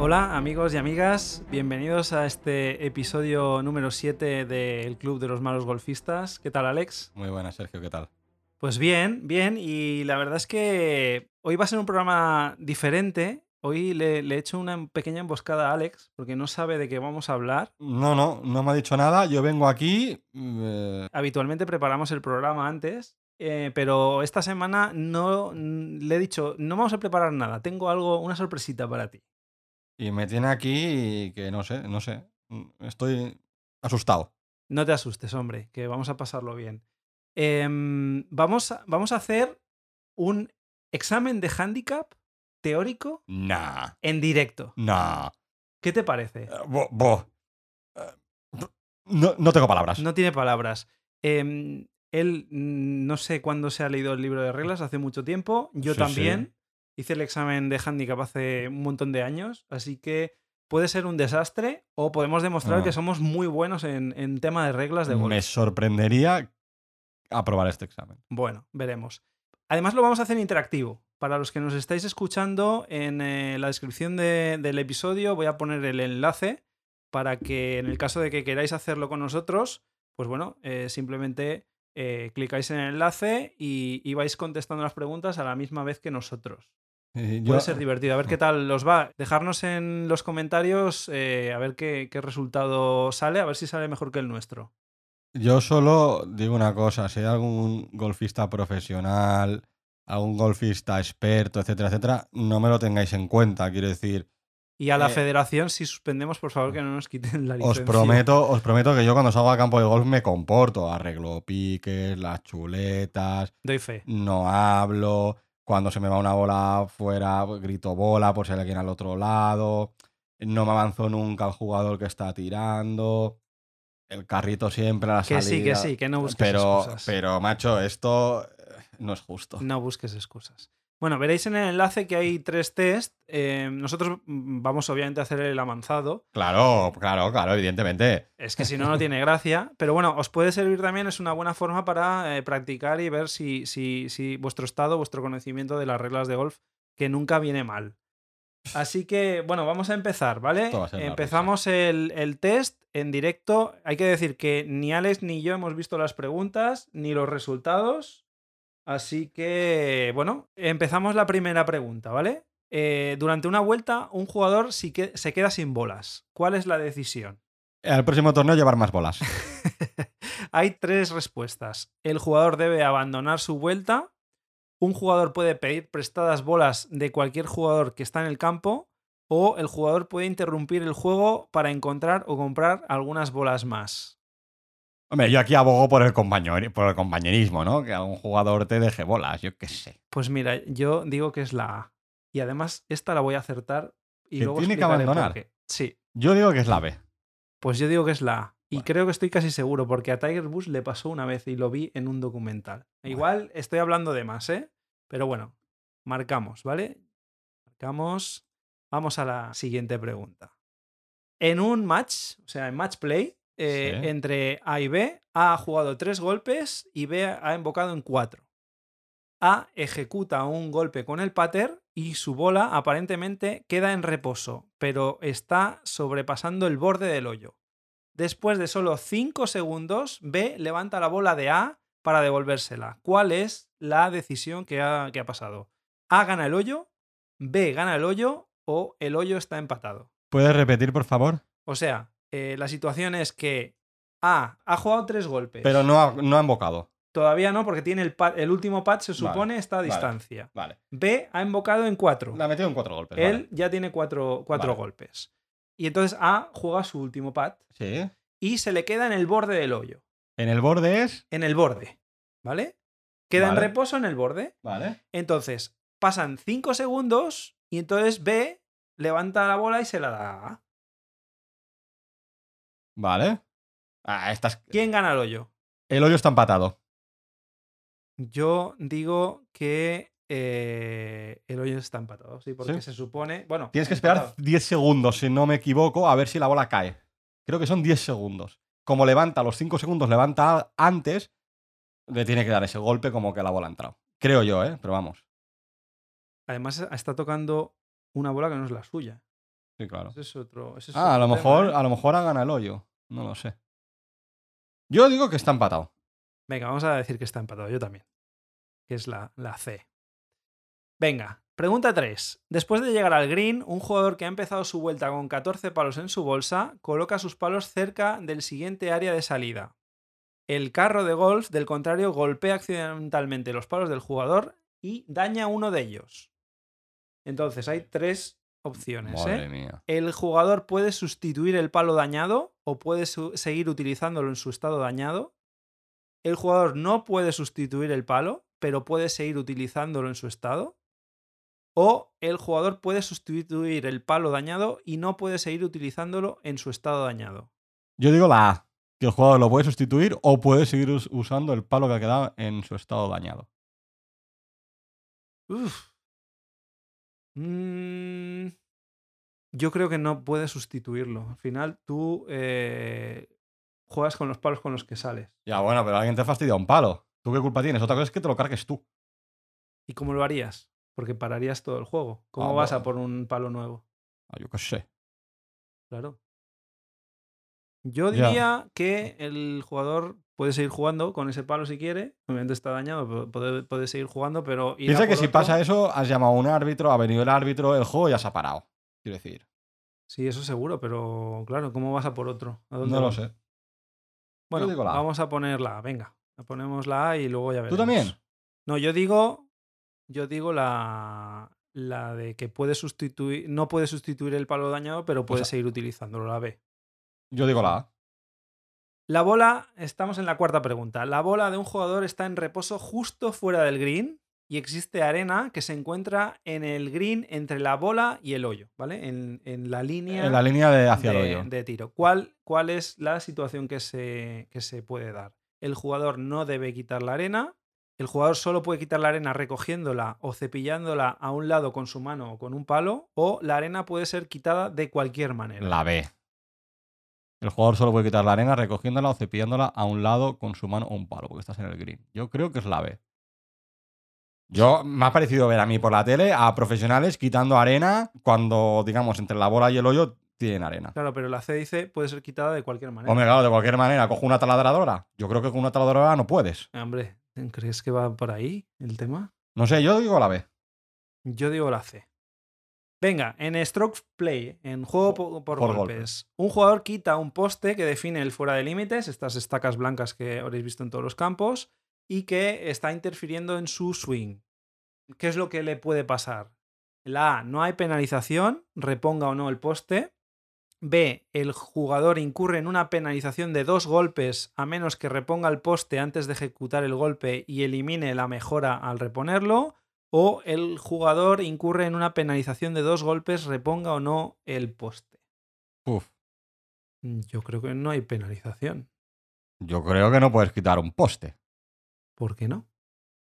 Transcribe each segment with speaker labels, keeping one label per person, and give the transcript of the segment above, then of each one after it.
Speaker 1: Hola amigos y amigas, bienvenidos a este episodio número 7 del Club de los Malos Golfistas. ¿Qué tal Alex?
Speaker 2: Muy buena, Sergio, ¿qué tal?
Speaker 1: Pues bien, bien, y la verdad es que hoy va a ser un programa diferente. Hoy le, le he hecho una pequeña emboscada a Alex porque no sabe de qué vamos a hablar.
Speaker 2: No, no, no me ha dicho nada. Yo vengo aquí. eh,
Speaker 1: Ah. Habitualmente preparamos el programa antes, eh, pero esta semana no n- le he dicho, no vamos a preparar nada, tengo algo, una sorpresita para ti.
Speaker 2: y me tiene aquí y que no sé, no sé. Estoy asustado.
Speaker 1: No te asustes, hombre, que vamos a pasarlo bien. Em, vamos, a, vamos a hacer un examen de handicap teórico
Speaker 2: Nah,
Speaker 1: en directo.
Speaker 2: nah.
Speaker 1: ¿Qué te parece?
Speaker 2: Eh, bo- bo. Eh, No, no tengo palabras.
Speaker 1: Ah, No tiene palabras. Em, él mm, no sé cuándo se ha leído el libro de reglas, hace mucho tiempo. Yo
Speaker 2: Sí, sí.
Speaker 1: también. Hice el examen de handicap hace un montón de años, así que puede ser un desastre o podemos demostrar
Speaker 2: Ah.
Speaker 1: que somos muy buenos en, en tema de reglas de golf.
Speaker 2: me sorprendería aprobar este examen.
Speaker 1: Bueno, veremos. Además lo vamos a hacer interactivo. Para los que nos estáis escuchando, en eh, la descripción de- del episodio voy a poner el enlace para que en el caso de que queráis hacerlo con nosotros, pues bueno, eh, simplemente eh, clicáis en el enlace y, y vais contestando las preguntas a la misma vez que nosotros.
Speaker 2: Eh,
Speaker 1: Puede
Speaker 2: yo-
Speaker 1: ser divertido. A ver qué tal os va. Dejarnos en los comentarios eh, a ver qué, qué resultado sale, a ver si sale mejor que el nuestro.
Speaker 2: Yo solo digo una cosa, si hay algún golfista profesional, algún golfista experto, etcétera, etcétera, no me lo tengáis en cuenta. Quiero decir,
Speaker 1: Y a la
Speaker 2: Eh,
Speaker 1: federación, si suspendemos, por favor, que no nos quiten la
Speaker 2: os
Speaker 1: licencia.
Speaker 2: prometo, os prometo que yo cuando salgo al campo de golf me comporto, arreglo piques, las chuletas,
Speaker 1: Doy fe.
Speaker 2: no hablo, cuando se me va una bola fuera, pues, grito bola por si hay alguien al otro lado, no me avanzo nunca al jugador que está tirando, el carrito siempre a la
Speaker 1: Que
Speaker 2: salida.
Speaker 1: sí, que sí, que no busques
Speaker 2: pero,
Speaker 1: excusas. Mm.
Speaker 2: pero, macho, esto eh, no es justo.
Speaker 1: No busques excusas. Bueno, veréis en el enlace que hay tres test. Eh, nosotros mm, vamos obviamente a hacer el avanzado.
Speaker 2: Claro, claro, claro, evidentemente.
Speaker 1: Es que si no, no tiene gracia. Pero bueno, os puede servir también. Es una buena forma para eh, practicar y ver si, si, si vuestro estado, vuestro conocimiento de las reglas de golf, que nunca viene mal. Así que, bueno, vamos a empezar, ¿vale?
Speaker 2: Esto va a ser la
Speaker 1: Empezamos el, el test en directo. Hay que decir que ni Alex ni yo hemos visto las preguntas ni los resultados. Así que, bueno, empezamos la primera pregunta, ¿vale? Eh, durante una vuelta, un jugador sí que- se queda sin bolas. ¿Cuál es la decisión?
Speaker 2: Al próximo torneo llevar más bolas.
Speaker 1: Hay tres respuestas. El jugador debe abandonar su vuelta. Un jugador puede pedir prestadas bolas de cualquier jugador que está en el campo. O el jugador puede interrumpir el juego para encontrar o comprar algunas bolas más.
Speaker 2: Hombre, yo aquí abogo por el, compañer- por el compañerismo, ¿no? Que a un jugador te deje bolas, yo qué sé.
Speaker 1: Pues mira, yo digo que es la A. Y además, esta la voy a acertar. Y
Speaker 2: ¿Que
Speaker 1: luego
Speaker 2: tiene que
Speaker 1: explicaré por
Speaker 2: abandonar?
Speaker 1: qué. Sí,
Speaker 2: Yo digo que es la B.
Speaker 1: pues yo digo que es la A. Y
Speaker 2: Bueno.
Speaker 1: creo que estoy casi seguro, porque a Tiger Woods le pasó una vez y lo vi en un documental.
Speaker 2: Bueno.
Speaker 1: Igual estoy hablando de más, ¿eh? Pero bueno, marcamos, ¿vale? Marcamos. Vamos a la siguiente pregunta. En un match, o sea, en match play, eh,
Speaker 2: Sí.
Speaker 1: entre A y B, A ha jugado tres golpes y B ha embocado en cuatro. A ejecuta un golpe con el pater y su bola aparentemente queda en reposo, pero está sobrepasando el borde del hoyo. Después de solo 5 segundos, B levanta la bola de A para devolvérsela. ¿Cuál es la decisión que ha, que ha pasado? A gana el hoyo, B gana el hoyo o el hoyo está empatado.
Speaker 2: ¿Puedes repetir, por favor?
Speaker 1: O sea, eh, la situación es que A ha jugado tres golpes.
Speaker 2: Pero no ha, no ha embocado.
Speaker 1: Todavía no, porque tiene el, pa- el último pad, se
Speaker 2: Vale,
Speaker 1: supone, está a
Speaker 2: vale.
Speaker 1: distancia.
Speaker 2: Vale.
Speaker 1: B ha invocado en cuatro.
Speaker 2: La ha metido en cuatro golpes.
Speaker 1: Él
Speaker 2: vale.
Speaker 1: ya tiene cuatro, cuatro
Speaker 2: Vale.
Speaker 1: golpes. Y entonces A juega su último pad
Speaker 2: Sí.
Speaker 1: y se le queda en el borde del hoyo.
Speaker 2: En el borde es.
Speaker 1: En el borde. ¿Vale? Queda en
Speaker 2: Vale.
Speaker 1: reposo en el borde.
Speaker 2: Vale.
Speaker 1: Entonces, pasan cinco segundos y entonces B levanta la bola y se la da a A.
Speaker 2: Vale. Ah, estás...
Speaker 1: ¿Quién gana el hoyo?
Speaker 2: El hoyo está empatado.
Speaker 1: Yo digo que eh, el hoyo está empatado, sí, porque
Speaker 2: ¿Sí?
Speaker 1: se supone. Bueno.
Speaker 2: Tienes que
Speaker 1: empatado.
Speaker 2: esperar 10 segundos, si no me equivoco, a ver si la bola cae. Creo que son 10 segundos. Como levanta, los 5 segundos levanta antes, le tiene que dar ese golpe como que la bola ha entrado. Creo yo, ¿eh? Pero vamos.
Speaker 1: Además, está tocando una bola que no es la suya.
Speaker 2: Sí, claro.
Speaker 1: Ese es otro. ese es
Speaker 2: Ah, a
Speaker 1: otro
Speaker 2: lo,
Speaker 1: tema,
Speaker 2: mejor,
Speaker 1: ¿eh?
Speaker 2: a lo mejor hagan el hoyo. No lo sé. Yo digo que está empatado.
Speaker 1: Venga, vamos a decir que está empatado. Yo también. Que es la, la C. Venga, pregunta 3. Después de llegar al green, un jugador que ha empezado su vuelta con 14 palos en su bolsa coloca sus palos cerca del siguiente área de salida. El carro de golf, del contrario, golpea accidentalmente los palos del jugador y daña uno de ellos. Entonces hay tres opciones. ¿eh?
Speaker 2: Madre mía.
Speaker 1: El jugador puede sustituir el palo dañado o puede su- seguir utilizándolo en su estado dañado. El jugador no puede sustituir el palo, pero puede seguir utilizándolo en su estado. O el jugador puede sustituir el palo dañado y no puede seguir utilizándolo en su estado dañado.
Speaker 2: Yo digo la A. Que el jugador lo puede sustituir o puede seguir us- usando el palo que ha quedado en su estado dañado.
Speaker 1: Uf. Mm, yo creo que no puede sustituirlo. Al final tú eh, juegas con los palos con los que sales.
Speaker 2: Ya, bueno, pero alguien te ha fastidiado un palo. ¿Tú qué culpa tienes? Otra cosa es que te lo cargues tú.
Speaker 1: ¿Y cómo lo harías? Porque pararías todo el juego. ¿Cómo
Speaker 2: Ah,
Speaker 1: vas a
Speaker 2: bueno.
Speaker 1: por un palo nuevo?
Speaker 2: Ah, yo qué sé.
Speaker 1: Claro. Yo
Speaker 2: Ya.
Speaker 1: diría que el jugador puede seguir jugando con ese palo si quiere. Obviamente está dañado, pero puede, puede seguir jugando, pero... ir a
Speaker 2: Piensa que
Speaker 1: por
Speaker 2: si
Speaker 1: otro-
Speaker 2: pasa e eso, has llamado a un árbitro, ha venido el árbitro, el juego ya se ha parado. Quiero decir.
Speaker 1: Sí, eso seguro, pero claro, ¿cómo vas a por otro? ¿A dónde
Speaker 2: No lo
Speaker 1: vas?
Speaker 2: sé.
Speaker 1: Bueno,
Speaker 2: digo la A.
Speaker 1: vamos a ponerla, venga. La ponemos la A y luego ya veremos.
Speaker 2: también?
Speaker 1: No, yo digo. Yo digo la. La de que puede sustituir. No puede sustituir el palo dañado, pero puede
Speaker 2: a-
Speaker 1: seguir utilizándolo, la B.
Speaker 2: Yo digo la A.
Speaker 1: La bola, estamos en la cuarta pregunta. La bola de un jugador está en reposo justo fuera del green y existe arena que se encuentra en el green entre la bola y el hoyo, ¿vale? En, en la línea,
Speaker 2: En la línea de hacia
Speaker 1: de,
Speaker 2: el hoyo.
Speaker 1: de tiro. ¿Cuál, ¿Cuál es la situación que se, que se puede dar? El jugador no debe quitar la arena. El jugador solo puede quitar la arena recogiéndola o cepillándola a un lado con su mano o con un palo, o la arena puede ser quitada de cualquier manera.
Speaker 2: La B. El jugador solo puede quitar la arena recogiéndola o cepillándola a un lado con su mano o un palo, porque estás en el green. Yo creo que es la B. Yo me ha parecido ver a mí por la tele a profesionales quitando arena cuando, digamos, entre la bola y el hoyo tienen arena.
Speaker 1: Claro, pero la C dice puede ser quitada de cualquier manera.
Speaker 2: Hombre, claro, de cualquier manera, cojo una taladradora. Yo creo que con una taladradora no puedes.
Speaker 1: Hombre, ¿crees que va por ahí el tema?
Speaker 2: No sé, yo digo la B.
Speaker 1: Yo digo la C. Venga, en Stroke Play, en juego po- por,
Speaker 2: por
Speaker 1: golpes, un jugador quita un poste que define el fuera de límites, estas estacas blancas que habréis visto en todos los campos, y que está interfiriendo en su swing. ¿Qué es lo que le puede pasar? La A, no hay penalización, reponga o no el poste. B, el jugador incurre en una penalización de dos golpes a menos que reponga el poste antes de ejecutar el golpe y elimine la mejora al reponerlo. O el jugador incurre en una penalización de dos golpes, reponga o no el poste.
Speaker 2: Uf,
Speaker 1: Mm, Yo creo que no hay penalización.
Speaker 2: yo creo que no puedes quitar un poste.
Speaker 1: ¿Por qué no?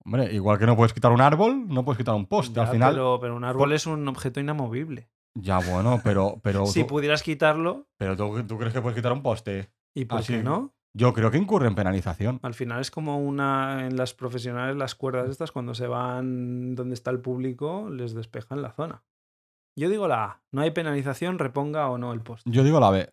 Speaker 2: Hombre, igual que no puedes quitar un árbol, no puedes quitar un poste. Al
Speaker 1: Ya,
Speaker 2: final,
Speaker 1: pero, pero un árbol es un objeto inamovible.
Speaker 2: ya bueno, pero, pero,
Speaker 1: Si
Speaker 2: tú-
Speaker 1: pudieras quitarlo,
Speaker 2: pero tú- tú crees que puedes quitar un poste.
Speaker 1: ¿y por
Speaker 2: Ah, sí.
Speaker 1: qué no?
Speaker 2: Yo creo que incurre en penalización.
Speaker 1: Al final es como una. En las profesionales, las cuerdas estas, cuando se van donde está el público, les despejan la zona. Yo digo la A. No hay penalización, reponga o no el poste.
Speaker 2: Yo digo la B.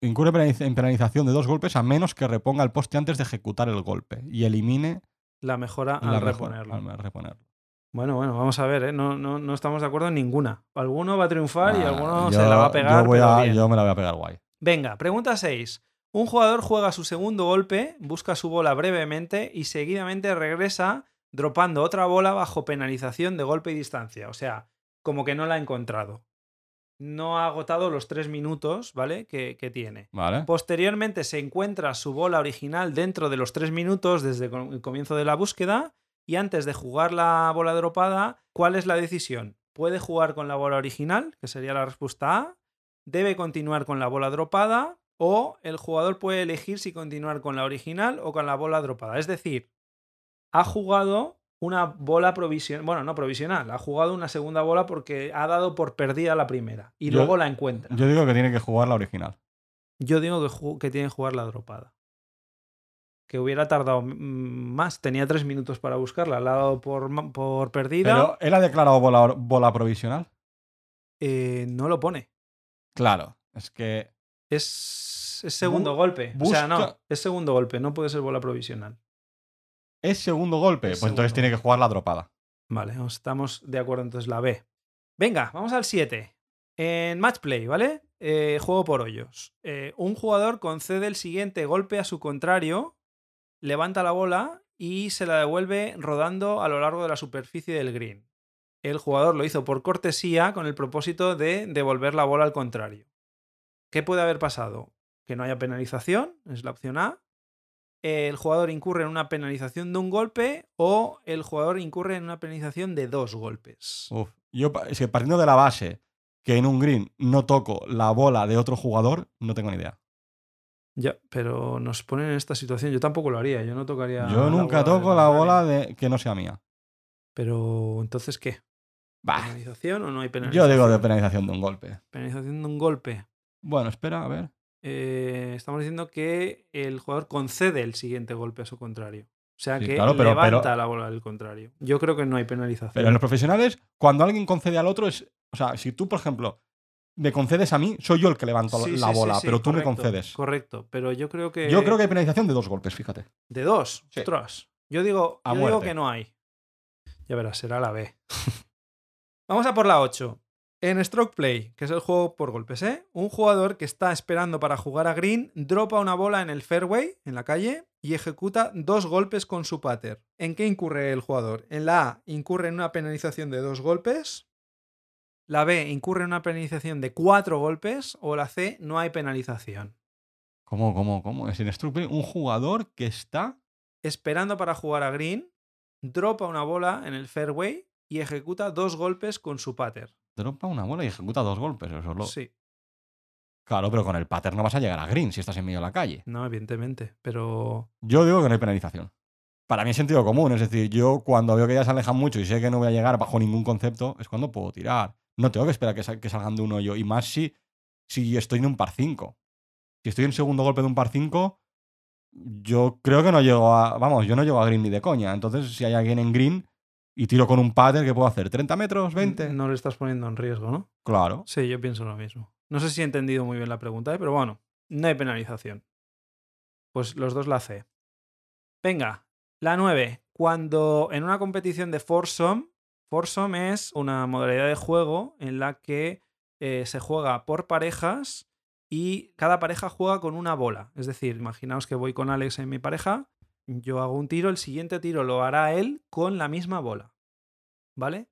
Speaker 2: Incurre penaliz- en penalización de dos golpes a menos que reponga el poste antes de ejecutar el golpe y elimine
Speaker 1: La mejora Ah, al
Speaker 2: la rejo-
Speaker 1: reponerlo.
Speaker 2: al reponerlo.
Speaker 1: Bueno, bueno, vamos a ver, ¿eh? no, no, no estamos de acuerdo en ninguna. Alguno va a triunfar y
Speaker 2: Ah,
Speaker 1: alguno
Speaker 2: yo-
Speaker 1: se la va a pegar.
Speaker 2: Yo, voy
Speaker 1: pero
Speaker 2: a-
Speaker 1: bien.
Speaker 2: yo me la voy a pegar guay.
Speaker 1: Venga, pregunta 6. Un jugador juega su segundo golpe, busca su bola brevemente y seguidamente regresa dropando otra bola bajo penalización de golpe y distancia. O sea, como que no la ha encontrado. No ha agotado los tres minutos, ¿vale? Que, que tiene.
Speaker 2: ¿Vale?
Speaker 1: Posteriormente se encuentra su bola original dentro de los tres minutos desde co- el comienzo de la búsqueda y antes de jugar la bola dropada, ¿cuál es la decisión? ¿Puede jugar con la bola original, que sería la respuesta A? ¿Debe continuar con la bola dropada? ¿O el jugador puede elegir si continuar con la original o con la bola dropada? Es decir, ha jugado una bola provisional, bueno, no provisional, ha jugado una segunda bola porque ha dado por perdida la primera y
Speaker 2: Yo-
Speaker 1: luego la encuentra.
Speaker 2: Yo digo que tiene que jugar la original.
Speaker 1: Yo digo que, ju- que tienen que jugar la dropada. Que hubiera tardado mm, más. Tenía tres minutos para buscarla. La ha dado por, ma- por perdida.
Speaker 2: Pero él ha declarado bola, bola provisional.
Speaker 1: Eh, no lo pone.
Speaker 2: Claro, es que
Speaker 1: Es, es segundo
Speaker 2: Bu-
Speaker 1: golpe. O sea, no,
Speaker 2: busca-
Speaker 1: es segundo golpe, no puede ser bola provisional.
Speaker 2: es segundo golpe,
Speaker 1: Es
Speaker 2: pues entonces
Speaker 1: segundo.
Speaker 2: tiene que jugar la dropada.
Speaker 1: Vale, os- estamos de acuerdo entonces la B. Venga, vamos al 7. En match play, ¿vale? Eh, juego por hoyos. Eh, un jugador concede el siguiente golpe a su contrario, levanta la bola y se la devuelve rodando a lo largo de la superficie del green. El jugador lo hizo por cortesía con el propósito de devolver la bola al contrario. ¿Qué puede haber pasado? Que no haya penalización, es la opción A el jugador incurre en una penalización de un golpe o el jugador incurre en una penalización de dos golpes.
Speaker 2: Uf, yo pa- es que partiendo de la base que en un green no toco la bola de otro jugador, no tengo ni idea.
Speaker 1: Ya, pero nos ponen en esta situación. Yo tampoco lo haría, yo no tocaría.
Speaker 2: yo
Speaker 1: la
Speaker 2: nunca
Speaker 1: bola del
Speaker 2: toco la
Speaker 1: contrario.
Speaker 2: bola de que no sea mía.
Speaker 1: Pero entonces, ¿qué?
Speaker 2: Bah,
Speaker 1: ¿Penalización o no hay
Speaker 2: Ah. yo
Speaker 1: penalización?
Speaker 2: digo de penalización de un golpe.
Speaker 1: penalización de un golpe.
Speaker 2: Bueno, espera, a ver.
Speaker 1: Eh, estamos diciendo que el jugador concede el siguiente golpe a su contrario. O sea
Speaker 2: Sí,
Speaker 1: que
Speaker 2: claro, pero-
Speaker 1: levanta
Speaker 2: pero-
Speaker 1: la bola del contrario. Yo creo que no hay penalización.
Speaker 2: Pero en los profesionales, cuando alguien concede al otro, es. O sea, si tú, por ejemplo, me concedes a mí, soy yo el que levanto
Speaker 1: Sí,
Speaker 2: la
Speaker 1: sí, sí,
Speaker 2: bola,
Speaker 1: sí,
Speaker 2: pero tú me
Speaker 1: correcto,
Speaker 2: concedes.
Speaker 1: Correcto, pero yo creo que.
Speaker 2: Yo creo que hay penalización de dos golpes, fíjate.
Speaker 1: De dos.
Speaker 2: Sí.
Speaker 1: Ostras. Yo digo,
Speaker 2: A
Speaker 1: yo digo
Speaker 2: muerte.
Speaker 1: que no hay. Ya verás, será la B. Vamos a por la 8. En Stroke Play, que es el juego por golpes, ¿eh? Un jugador que está esperando para jugar a green dropa una bola en el fairway, en la calle, y ejecuta dos golpes con su pater. ¿En qué incurre el jugador? En la A, incurre en una penalización de dos golpes. La B, incurre en una penalización de cuatro golpes. O la C, no hay penalización.
Speaker 2: ¿Cómo, cómo, cómo? Es en Stroke Play un jugador que está.
Speaker 1: esperando para jugar a green, dropa una bola en el fairway y ejecuta dos golpes con su pater.
Speaker 2: Dropa una bola y ejecuta dos golpes. Eso es lo-
Speaker 1: Sí,
Speaker 2: Claro, pero con el pattern no vas a llegar a green si estás en medio de la calle.
Speaker 1: no, evidentemente, pero
Speaker 2: Yo digo que no hay penalización. Para mí es sentido común. Es decir, yo cuando veo que ya se alejan mucho y sé que no voy a llegar bajo ningún concepto, es cuando puedo tirar. No tengo que esperar que, sal- que salgan de un hoyo. Y más si, si estoy en un par 5. Si estoy en segundo golpe de un par 5, yo creo que no llego a. Vamos, yo no llego a green ni de coña. Entonces, si hay alguien en green y tiro con un pattern, ¿qué puedo hacer? ¿30 metros? ¿20?
Speaker 1: Mm, no le estás poniendo en riesgo, ¿no?
Speaker 2: Claro.
Speaker 1: Sí, yo pienso lo mismo. No sé si he entendido muy bien la pregunta, ¿eh? pero bueno, no hay penalización. Pues los dos la C. Venga, la 9. Cuando en una competición de foursome, foursome es una modalidad de juego en la que eh, se juega por parejas y cada pareja juega con una bola. Es decir, imaginaos que voy con Alex en mi pareja, yo hago un tiro, el siguiente tiro lo hará él con la misma bola. ¿Vale?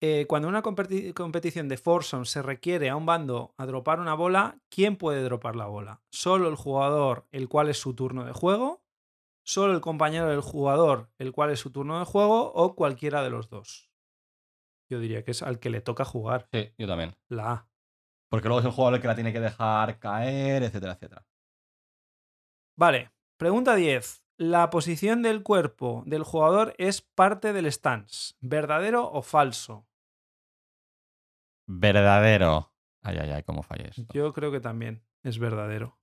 Speaker 1: Eh, cuando en una competi- competición de foursome se requiere a un bando a dropar una bola, ¿quién puede dropar la bola? Solo el jugador, el cual es su turno de juego, solo el compañero del jugador, el cual es su turno de juego, o cualquiera de los dos. Yo diría que es al que le toca jugar,
Speaker 2: Sí, yo también.
Speaker 1: la A.
Speaker 2: Porque luego es el jugador el que la tiene que dejar caer, etcétera, etcétera.
Speaker 1: Vale, pregunta 10. La posición del cuerpo del jugador es parte del stance, ¿verdadero o falso?
Speaker 2: Verdadero. Ay, ay, ay, cómo fallé esto.
Speaker 1: Pues Yo creo que también es verdadero.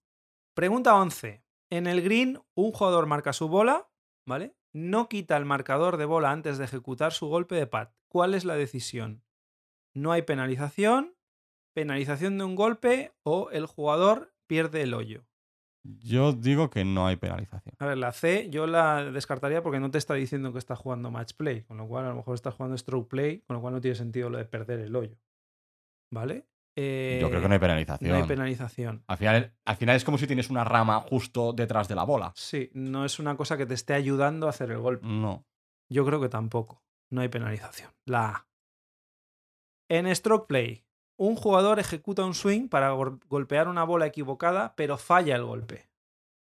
Speaker 1: Pregunta 11. En el green, un jugador marca su bola, ¿vale? No quita el marcador de bola antes de ejecutar su golpe de pad. ¿Cuál es la decisión? ¿No hay penalización? ¿Penalización de un golpe o el jugador pierde el hoyo?
Speaker 2: Yo digo que no hay penalización.
Speaker 1: A ver, la C yo la descartaría porque no te está diciendo que está jugando match play, con lo cual a lo mejor está jugando stroke play, con lo cual no tiene sentido lo de perder el hoyo. ¿Vale?
Speaker 2: Yo creo que
Speaker 1: Eh,
Speaker 2: no hay penalización.
Speaker 1: no hay penalización.
Speaker 2: al, final, al final es como si tienes una rama justo detrás de la bola.
Speaker 1: Sí, no es una cosa que te esté ayudando a hacer el golpe.
Speaker 2: No.
Speaker 1: Yo creo que tampoco. No hay penalización. La A. En stroke play, un jugador ejecuta un swing para gor- golpear una bola equivocada, pero falla el golpe.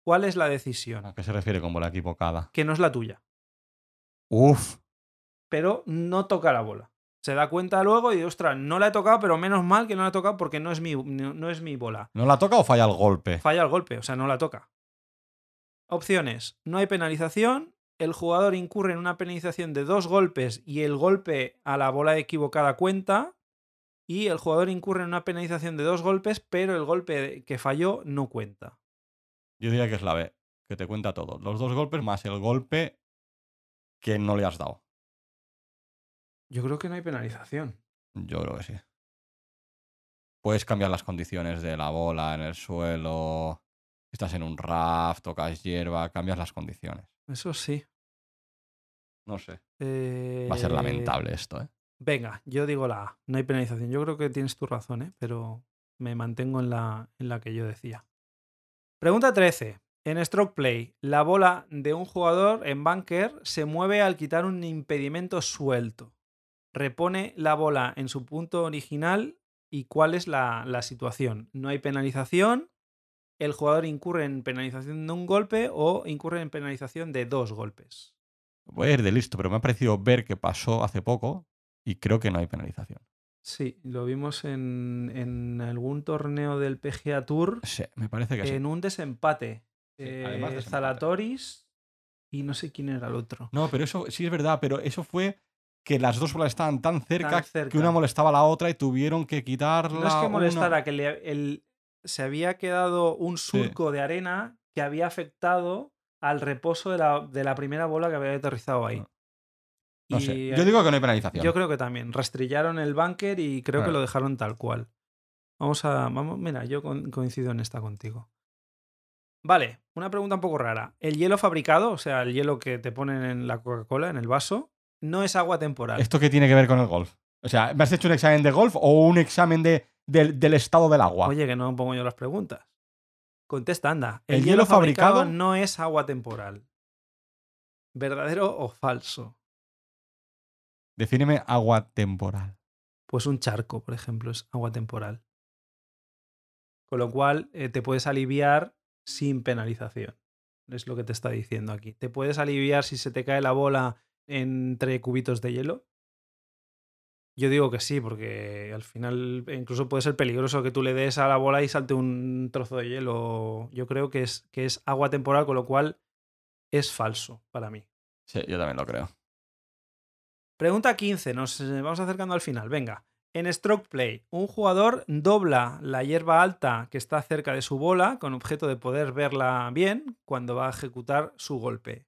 Speaker 1: ¿Cuál es la decisión?
Speaker 2: ¿A qué se refiere con bola equivocada?
Speaker 1: Que no es la tuya,
Speaker 2: Uf.
Speaker 1: pero no toca la bola. Se da cuenta luego y, dice, ostras, no la he tocado, pero menos mal que no la he tocado porque no es mi, no- no es mi bola.
Speaker 2: ¿No la toca o falla el golpe?
Speaker 1: falla el golpe, o sea, no la toca. Opciones. No hay penalización. El jugador incurre en una penalización de dos golpes y el golpe a la bola equivocada cuenta. Y el jugador incurre en una penalización de dos golpes, pero el golpe que falló no cuenta.
Speaker 2: Yo diría que es la B, que te cuenta todo. Los dos golpes más el golpe que no le has dado.
Speaker 1: Yo creo que no hay penalización.
Speaker 2: Yo creo que sí. Puedes cambiar las condiciones de la bola en el suelo. Estás en un raft, tocas hierba, cambias las condiciones.
Speaker 1: Eso sí.
Speaker 2: No sé.
Speaker 1: Eh,
Speaker 2: Va a ser lamentable esto, ¿eh?
Speaker 1: Venga, yo digo la A. No hay penalización. Yo creo que tienes tu razón, ¿eh? pero me mantengo en la, en la que yo decía. Pregunta 13. En Stroke Play, la bola de un jugador en bunker se mueve al quitar un impedimento suelto. Repone la bola en su punto original y cuál es la, la situación. No hay penalización. El jugador incurre en penalización de un golpe o incurre en penalización de dos golpes.
Speaker 2: Voy a ir de listo, pero me ha parecido ver que pasó hace poco y creo que no hay penalización.
Speaker 1: Sí, lo vimos en, en algún torneo del PGA Tour
Speaker 2: Sí, me parece que sí.
Speaker 1: en un desempate.
Speaker 2: Sí,
Speaker 1: Eh,
Speaker 2: además desempate.
Speaker 1: Zalatoris y no sé quién era el otro.
Speaker 2: No, pero eso sí es verdad, pero eso fue que las dos bolas estaban tan cerca,
Speaker 1: Tan cerca.
Speaker 2: que una molestaba a la otra y tuvieron que quitarla.
Speaker 1: No es que
Speaker 2: una-
Speaker 1: molestara, que le- el- se había quedado un surco de arena que había afectado al reposo de la, de la primera bola que había aterrizado ahí.
Speaker 2: Ah. No sé.
Speaker 1: Y,
Speaker 2: Yo
Speaker 1: eh,
Speaker 2: digo que no hay penalización.
Speaker 1: yo creo que también. Rastrillaron el búnker y creo que
Speaker 2: Claro.
Speaker 1: lo dejaron tal cual. Vamos a. Vamos, mira, yo con- coincido en esta contigo. Vale, una pregunta un poco rara. El hielo fabricado, o sea, el hielo que te ponen en la Coca-Cola, en el vaso, no es agua temporal.
Speaker 2: ¿Esto qué tiene que ver con el golf? O sea, ¿me has hecho un examen de golf o un examen de, del, del estado del agua?
Speaker 1: Oye, que no pongo yo las preguntas. Contesta, anda. El,
Speaker 2: ¿El
Speaker 1: hielo,
Speaker 2: hielo
Speaker 1: fabricado,
Speaker 2: fabricado?
Speaker 1: no es agua temporal. ¿Verdadero o falso?
Speaker 2: Defíneme agua temporal.
Speaker 1: Pues un charco, por ejemplo, es agua temporal. Con lo cual eh, te puedes aliviar sin penalización. Es lo que te está diciendo aquí. Te puedes aliviar si se te cae la bola entre cubitos de hielo. Yo digo que sí, porque al final eh, incluso puede ser peligroso que tú le des a la bola y salte un trozo de hielo. Yo creo que es, que es agua temporal, con lo cual es falso para mí.
Speaker 2: Sí, yo también lo creo.
Speaker 1: Pregunta 15, nos eh, vamos acercando al final, venga. En Stroke Play, un jugador dobla la hierba alta que está cerca de su bola con objeto de poder verla bien cuando va a ejecutar su golpe.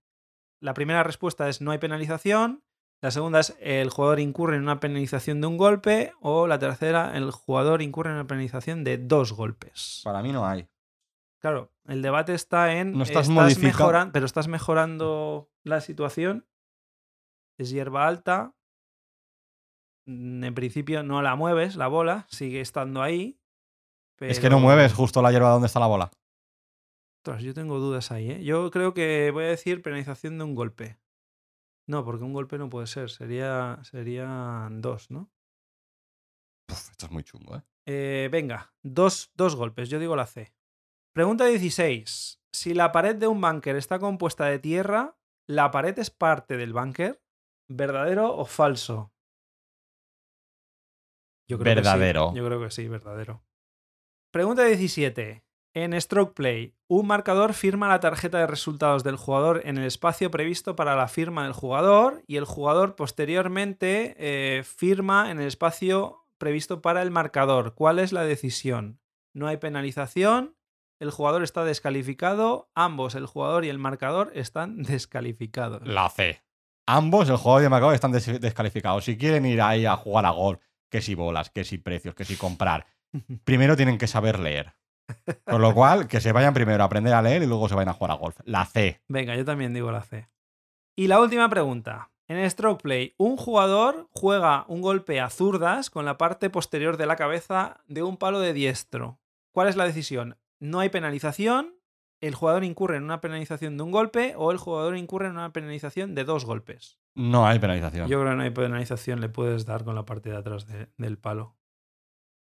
Speaker 1: La primera respuesta es no hay penalización, la segunda es el jugador incurre en una penalización de un golpe o la tercera el jugador incurre en una penalización de dos golpes.
Speaker 2: Para mí no hay.
Speaker 1: Claro, el debate está en.
Speaker 2: No estás modifica-
Speaker 1: mejoran- pero estás mejorando la situación. Es hierba alta. Mm, En principio no la mueves, la bola sigue estando ahí.
Speaker 2: Es que no
Speaker 1: pero-
Speaker 2: mueves justo la hierba donde está la bola.
Speaker 1: Ostras, yo tengo dudas ahí, ¿eh? Yo creo que voy a decir penalización de un golpe. No, porque un golpe no puede ser. Sería, serían dos, ¿no?
Speaker 2: Puf, esto es muy chungo, ¿eh?
Speaker 1: Eh, venga, dos, dos golpes, yo digo la C. Pregunta 16. Si la pared de un búnker está compuesta de tierra, ¿la pared es parte del búnker? ¿Verdadero o falso? Yo que sí.
Speaker 2: Verdadero.
Speaker 1: Yo creo que sí, verdadero. Pregunta 17. En Stroke Play, un marcador firma la tarjeta de resultados del jugador en el espacio previsto para la firma del jugador y el jugador posteriormente eh, firma en el espacio previsto para el marcador. ¿Cuál es la decisión? No hay penalización, el jugador está descalificado, ambos, el jugador y el marcador, están descalificados.
Speaker 2: La C. Ambos, el jugador y el marcador, están des- descalificados. Si quieren ir ahí a jugar a golf, que si bolas, que si precios, que si comprar, primero tienen que saber leer. Con lo cual, que se vayan primero a aprender a leer y luego se vayan a jugar a golf. La C.
Speaker 1: Venga, yo también digo la C. Y la última pregunta. En Stroke Play, un jugador juega un golpe a zurdas con la parte posterior de la cabeza de un palo de diestro. ¿Cuál es la decisión? No hay penalización, el jugador incurre en una penalización de un golpe o el jugador incurre en una penalización de dos golpes.
Speaker 2: No hay penalización.
Speaker 1: Yo creo que no hay penalización, le puedes dar con la parte de atrás de- del palo.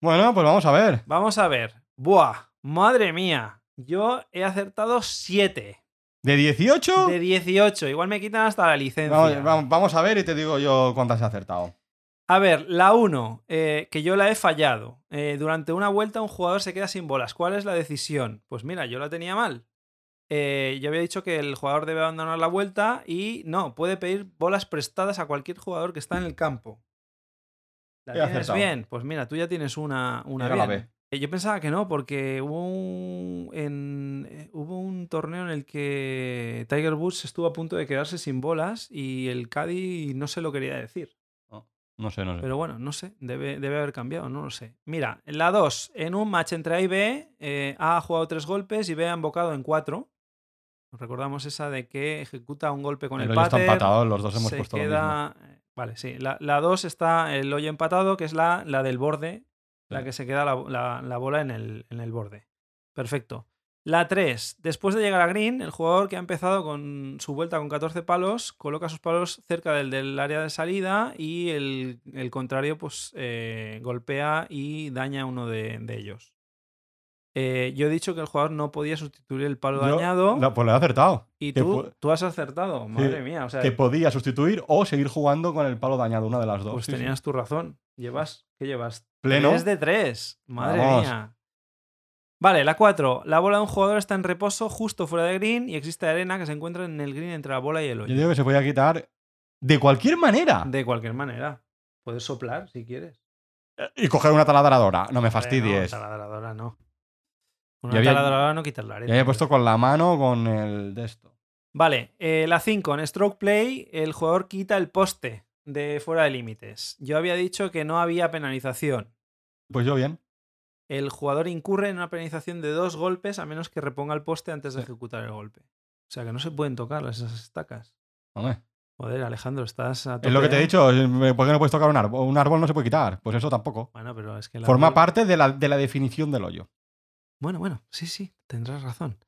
Speaker 2: Bueno, pues vamos a ver.
Speaker 1: Vamos a ver. ¡Buah! ¡Madre mía! Yo he acertado 7
Speaker 2: ¿De 18?
Speaker 1: de 18. Igual me quitan hasta la licencia.
Speaker 2: Vamos, vamos- vamos a ver y te digo yo cuántas he acertado.
Speaker 1: A ver, la 1, que yo la he fallado. Eh, durante una vuelta un jugador se queda sin bolas. ¿Cuál es la decisión? Pues mira, yo la tenía mal. Eh, yo había dicho que el jugador debe abandonar la vuelta y no, puede pedir bolas prestadas a cualquier jugador que está en el campo. ¿La
Speaker 2: He
Speaker 1: tienes
Speaker 2: acertado.
Speaker 1: bien? Pues mira, tú ya tienes una, una
Speaker 2: Era la
Speaker 1: bien.
Speaker 2: B.
Speaker 1: Eh, Yo pensaba que no, porque hubo un, en- eh, hubo un torneo en el que Tiger Woods estuvo a punto de quedarse sin bolas y el Caddy no se lo quería decir.
Speaker 2: Oh. No sé, no sé.
Speaker 1: Pero bueno, no sé, debe, debe haber cambiado, no lo sé. Mira, en la 2, en un match entre A y B, eh, A ha jugado tres golpes y B ha embocado en cuatro. Nos Recordamos esa de que ejecuta un golpe con
Speaker 2: el
Speaker 1: el,
Speaker 2: hoyo está
Speaker 1: pater,
Speaker 2: empatado, los dos hemos
Speaker 1: se
Speaker 2: puesto lo mismo.
Speaker 1: queda... eh, Vale, sí. La, 2 está el hoyo empatado, que es la, la del borde, la que se queda la, la- la bola en el, en el borde. Perfecto. La 3. Después de llegar a green, el jugador que ha empezado con su vuelta con 14 palos, coloca sus palos cerca del, del área de salida y el, el contrario pues eh, golpea y daña uno de, de ellos. Eh, yo he dicho que el jugador no podía sustituir el palo
Speaker 2: Yo-
Speaker 1: dañado
Speaker 2: No, pues lo he acertado.
Speaker 1: y
Speaker 2: que
Speaker 1: tú,
Speaker 2: pu-
Speaker 1: tú has acertado. Madre mía, o sea,
Speaker 2: Que podía sustituir o seguir jugando con el palo dañado, una de las dos.
Speaker 1: Pues
Speaker 2: Sí, sí.
Speaker 1: tenías tu razón. Llevas, ¿qué llevas?
Speaker 2: Pleno.
Speaker 1: 3 de 3. Madre
Speaker 2: Vamos.
Speaker 1: mía. Vale, la 4. La bola de un jugador está en reposo justo fuera de green y existe arena que se encuentra en el green entre la bola y el
Speaker 2: Yo
Speaker 1: hoyo.
Speaker 2: digo que se podía quitar de cualquier manera.
Speaker 1: De cualquier manera. Puedes soplar si quieres.
Speaker 2: Y coger una taladradora. No me
Speaker 1: Hombre,
Speaker 2: fastidies.
Speaker 1: No, taladradora no. Una
Speaker 2: Ya había-
Speaker 1: taladradora no quitas la
Speaker 2: Y
Speaker 1: arena.
Speaker 2: ahí he puesto con la mano con el de esto.
Speaker 1: Vale, eh, la 5. En stroke play, el jugador quita el poste de fuera de límites. Yo había dicho que no había penalización.
Speaker 2: Pues yo bien.
Speaker 1: El jugador incurre en una penalización de dos golpes a menos que reponga el poste antes de
Speaker 2: Sí.
Speaker 1: ejecutar el golpe. O sea que no se pueden tocar esas estacas.
Speaker 2: Hombre,
Speaker 1: Joder, Alejandro, estás a
Speaker 2: Es lo
Speaker 1: tope,
Speaker 2: que te he
Speaker 1: ¿eh?
Speaker 2: dicho. eh, ¿Por qué no puedes tocar un árbol? Un árbol no se puede quitar. Pues eso tampoco.
Speaker 1: Bueno, pero es que la
Speaker 2: Forma
Speaker 1: regla-
Speaker 2: parte de la, de la definición del hoyo.
Speaker 1: Bueno, bueno, sí, sí, tendrás razón.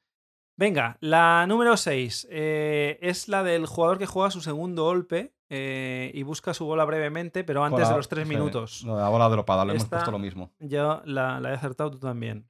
Speaker 1: Venga, la número 6 es la del jugador que juega su segundo golpe eh, y busca su bola brevemente, pero antes
Speaker 2: Bola-
Speaker 1: de los tres
Speaker 2: sí,
Speaker 1: minutos.
Speaker 2: No, la bola dropada, lo hemos
Speaker 1: Esta-
Speaker 2: puesto lo mismo.
Speaker 1: Yo la, la he acertado, tú también.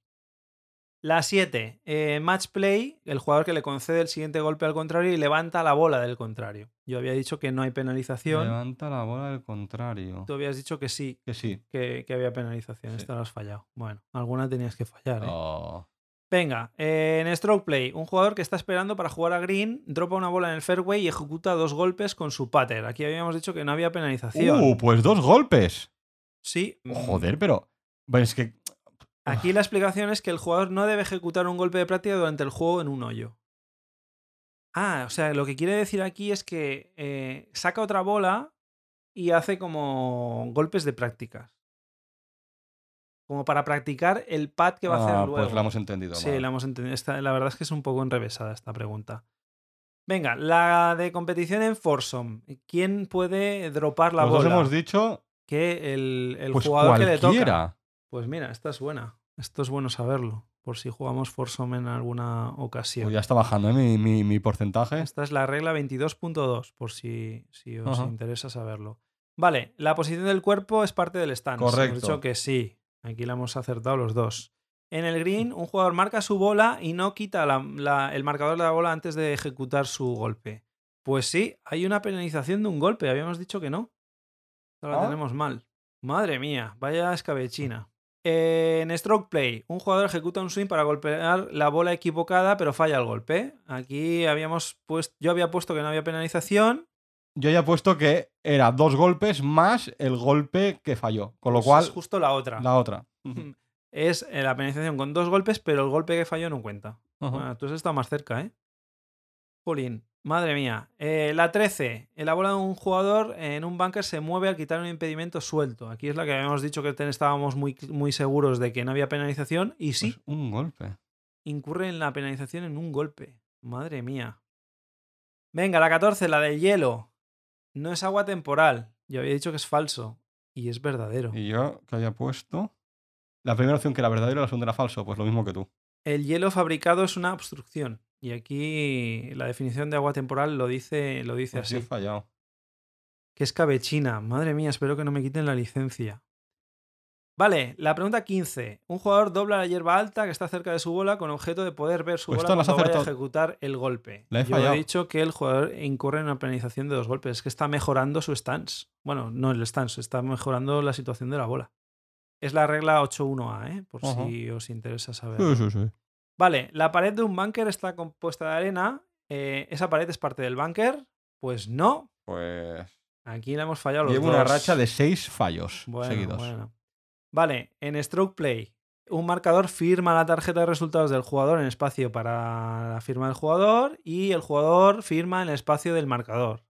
Speaker 1: La 7. eh, match play, el jugador que le concede el siguiente golpe al contrario y levanta la bola del contrario. Yo había dicho que no hay penalización.
Speaker 2: Levanta la bola del contrario.
Speaker 1: Tú habías dicho que sí,
Speaker 2: Que sí.
Speaker 1: que, que había penalización.
Speaker 2: Sí.
Speaker 1: Esta la has fallado. Bueno, alguna tenías que fallar. ¿eh?
Speaker 2: Oh.
Speaker 1: Venga, eh, en stroke play, un jugador que está esperando para jugar a green, dropa una bola en el fairway y ejecuta dos golpes con su pater. Aquí habíamos dicho que no había penalización.
Speaker 2: Uh, pues dos golpes.
Speaker 1: sí. mm,
Speaker 2: Joder, pero. Pues es que.
Speaker 1: Aquí la explicación es que el jugador no debe ejecutar un golpe de práctica durante el juego en un hoyo. Ah, o sea, lo que quiere decir aquí es que eh, saca otra bola y hace como golpes de prácticas. Como para practicar el pad que va a hacer
Speaker 2: Ah,
Speaker 1: luego.
Speaker 2: Pues la hemos entendido.
Speaker 1: Sí,
Speaker 2: mal.
Speaker 1: la hemos entendido. Esta- la verdad es que es un poco enrevesada esta pregunta. Venga, la de competición en foursome. ¿Quién puede dropar la
Speaker 2: Los dos
Speaker 1: bola?
Speaker 2: hemos dicho.
Speaker 1: Que el, el
Speaker 2: pues
Speaker 1: jugador que le toca.
Speaker 2: cualquiera.
Speaker 1: Pues mira, esta es buena. Esto es bueno saberlo, por si jugamos Forsome en alguna ocasión.
Speaker 2: Uy, ya está bajando ¿eh? mi, mi- mi porcentaje.
Speaker 1: Esta es la regla 22.2, por si, si os
Speaker 2: Ajá.
Speaker 1: interesa saberlo. Vale, la posición del cuerpo es parte del stand. Hemos
Speaker 2: Correcto.
Speaker 1: dicho que sí. Aquí la hemos acertado los dos. En el green,
Speaker 2: Mm.
Speaker 1: un jugador marca su bola y no quita la- la- el marcador de la bola antes de ejecutar su golpe. Pues sí, hay una penalización de un golpe. Habíamos dicho que no. Ahora
Speaker 2: ¿Ah?
Speaker 1: tenemos mal. Madre mía, vaya escabechina. Eh, En stroke play, un jugador ejecuta un swing para golpear la bola equivocada, pero falla el golpe. Aquí habíamos puesto, yo había puesto que no había penalización.
Speaker 2: Yo ya he puesto que era dos golpes más el golpe que falló. Con lo
Speaker 1: pues
Speaker 2: cual,
Speaker 1: es justo la Mm. otra.
Speaker 2: la otra.
Speaker 1: Es eh, la penalización con dos golpes, pero el golpe que falló no cuenta. Bueno, tú has estado más cerca, ¿eh? Jolín, madre mía. Eh, la 13. El bola de un jugador en un bunker se mueve al quitar un impedimento suelto. Aquí es la que habíamos dicho que ten- estábamos muy, muy seguros de que no había penalización. Y sí,
Speaker 2: Pues un golpe.
Speaker 1: incurre en la penalización en un golpe. Madre mía. Venga, la 14, la del hielo. No es agua temporal. Yo había dicho que es falso. Y es verdadero.
Speaker 2: Y yo que había puesto. La primera opción que era verdadero y la segunda era falso. Pues lo mismo que tú.
Speaker 1: El hielo fabricado es una obstrucción. Y aquí la definición de agua temporal lo dice, lo dice
Speaker 2: Pues yo he
Speaker 1: así.
Speaker 2: fallado.
Speaker 1: Que es cabechina. Madre mía, espero que no me quiten la licencia. Vale, la pregunta 15. Un jugador dobla la hierba alta que está cerca de su bola con objeto de poder ver su
Speaker 2: Pues
Speaker 1: bola
Speaker 2: esta la has
Speaker 1: cuando vaya a
Speaker 2: acertado.
Speaker 1: ejecutar el golpe.
Speaker 2: La he
Speaker 1: Yo
Speaker 2: fallado.
Speaker 1: he dicho que el jugador incurre en una penalización de dos golpes. Es que está mejorando su stance. Bueno, no el stance, está mejorando la situación de la bola. Es la regla 8.1a, ¿eh? por
Speaker 2: Ajá.
Speaker 1: si os interesa saber.
Speaker 2: Sí, sí, sí.
Speaker 1: Vale, la pared de un búnker está compuesta de arena. Eh, ¿Esa pared es parte del búnker? Pues no.
Speaker 2: Pues.
Speaker 1: Aquí la hemos fallado los
Speaker 2: Llevo una
Speaker 1: dos.
Speaker 2: racha de seis fallos
Speaker 1: Bueno,
Speaker 2: seguidos.
Speaker 1: bueno. Vale, en Stroke Play, un marcador firma la tarjeta de resultados del jugador en espacio para la firma del jugador y el jugador firma en el espacio del marcador.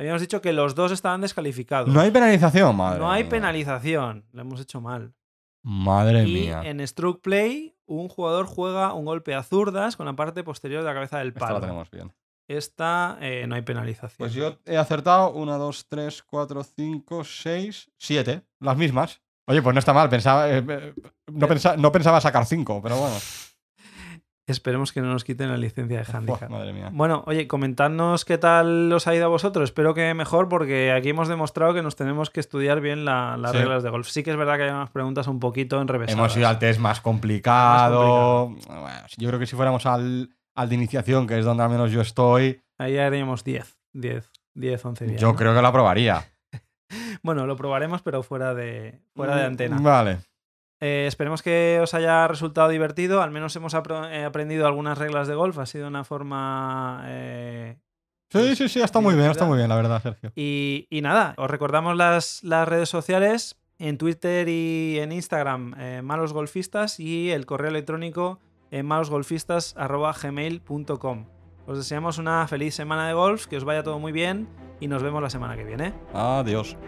Speaker 1: Habíamos dicho que los dos estaban descalificados.
Speaker 2: No hay penalización, madre.
Speaker 1: No hay
Speaker 2: mía.
Speaker 1: penalización. Lo hemos hecho mal.
Speaker 2: Madre
Speaker 1: y
Speaker 2: mía.
Speaker 1: en Stroke Play, un jugador juega un golpe a zurdas con la parte posterior de la cabeza del
Speaker 2: Esta la
Speaker 1: palo.
Speaker 2: tenemos bien.
Speaker 1: Esta eh, no hay penalización.
Speaker 2: Pues yo he acertado 1, 2, 3, 4, 5, 6, 7. Las mismas. Oye, pues no está mal. Pensaba, eh, eh, no, pensa- no pensaba sacar 5, pero bueno.
Speaker 1: Esperemos que no nos quiten la licencia de
Speaker 2: Buah,
Speaker 1: handicap.
Speaker 2: madre mía.
Speaker 1: Bueno, oye, comentadnos qué tal os ha ido a vosotros. Espero que mejor, porque aquí hemos demostrado que nos tenemos que estudiar bien la- las
Speaker 2: Sí.
Speaker 1: reglas de golf. Sí que es verdad que hay unas preguntas un poquito enrevesadas.
Speaker 2: Hemos ido al test más complicado. Bueno, yo creo que si fuéramos al, al de iniciación, que es donde al menos yo estoy,
Speaker 1: Ahí ya haríamos 10, 10, 10, 11 días.
Speaker 2: yo
Speaker 1: ¿no?
Speaker 2: creo que lo aprobaría.
Speaker 1: Bueno, lo probaremos, pero fuera de, fuera de
Speaker 2: Mm,
Speaker 1: antena.
Speaker 2: Vale.
Speaker 1: Eh, esperemos que os haya resultado divertido. Al menos hemos apro- eh, aprendido algunas reglas de golf. Ha sido una forma. eh,
Speaker 2: Sí, sí, Pues sí, está muy bien, está muy bien, la verdad, Sergio.
Speaker 1: Y, y nada, os recordamos las, las redes sociales en Twitter y en Instagram, eh, Malos Golfistas, y el correo electrónico eh, en malosgolfistas.gmail.com. Os deseamos una feliz semana de golf, que os vaya todo muy bien y nos vemos la semana que viene.
Speaker 2: Adiós.